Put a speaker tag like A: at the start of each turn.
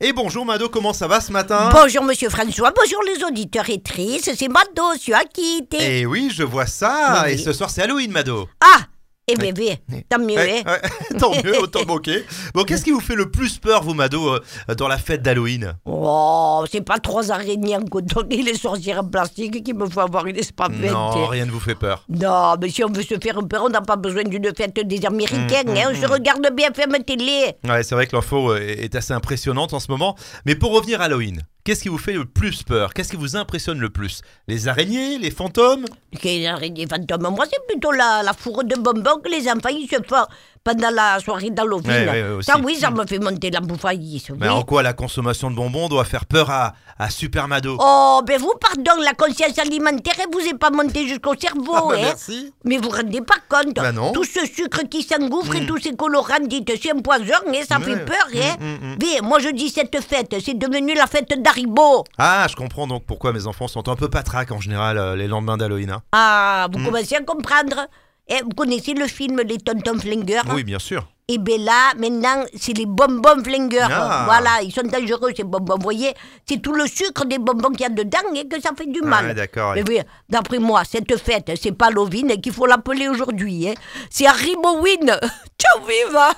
A: Et bonjour Mado, comment ça va ce matin
B: Bonjour Monsieur François, bonjour les auditeurs et tristes, c'est Mado, sur Akite.
A: Eh oui, je vois ça.
B: Oui.
A: Et ce soir, c'est Halloween, Mado.
B: Ah Eh bébé, tant mieux,
A: Eh,
B: hein.
A: ouais, tant mieux, autant moquer. Bon, qu'est-ce qui vous fait le plus peur, vous, Mado, euh, dans la fête d'Halloween
B: Oh, c'est pas trois araignées en coton et les sorcières en plastique qui me font avoir une espavette.
A: Non, rien ne vous fait peur.
B: Non, mais si on veut se faire peur, on n'a pas besoin d'une fête des Américains. hein. On se regarde bien BFM Télé.
A: Ouais, c'est vrai que l'info euh, est assez impressionnante en ce moment. Mais pour revenir à Halloween, qu'est-ce qui vous fait le plus peur Qu'est-ce qui vous impressionne le plus Les araignées Les fantômes
B: Les araignées fantômes, moi c'est plutôt la, la fourre de bonbons que les enfants ils se font pendant la soirée d'Halloween.
A: Ouais, ouais, ouais, aussi.
B: ça oui, Mm. Ben, ça me fait monter la bouffaïsse.
A: Mais en quoi la consommation de bonbons doit faire peur à, à Super Mado
B: Oh, ben vous, pardon, la conscience alimentaire, elle vous est pas montée jusqu'au cerveau,
A: Ah bah
B: hein.
A: merci.
B: Mais vous vous rendez pas compte.
A: Bah non. Mm.
B: Tout ce sucre qui s'engouffre et tous ces colorants, dites, c'est un poison, hein, ça
A: Ouais.
B: fait peur, hein.
A: Mm, mm, mm.
B: Mais moi, je dis cette fête, c'est devenu la fête d'Haribo.
A: Ah, je comprends donc pourquoi mes enfants sont un peu patraques en général euh, les lendemains d'Halloween. hein.
B: Ah, vous commencez à comprendre. Eh, vous connaissez le film Les Tontons Flingueurs
A: Oui, bien sûr.
B: Et bien là, maintenant, c'est les bonbons flingueurs.
A: Ah.
B: Voilà, ils sont dangereux, ces bonbons. Vous voyez, c'est tout le sucre des bonbons qu'il y a dedans et que ça fait du mal.
A: Ah ouais, d'accord,
B: Mais
A: ouais.
B: oui, d'après moi, cette fête, c'est pas Lovin qu'il faut l'appeler aujourd'hui. hein. C'est Haribowin. Ciao, viva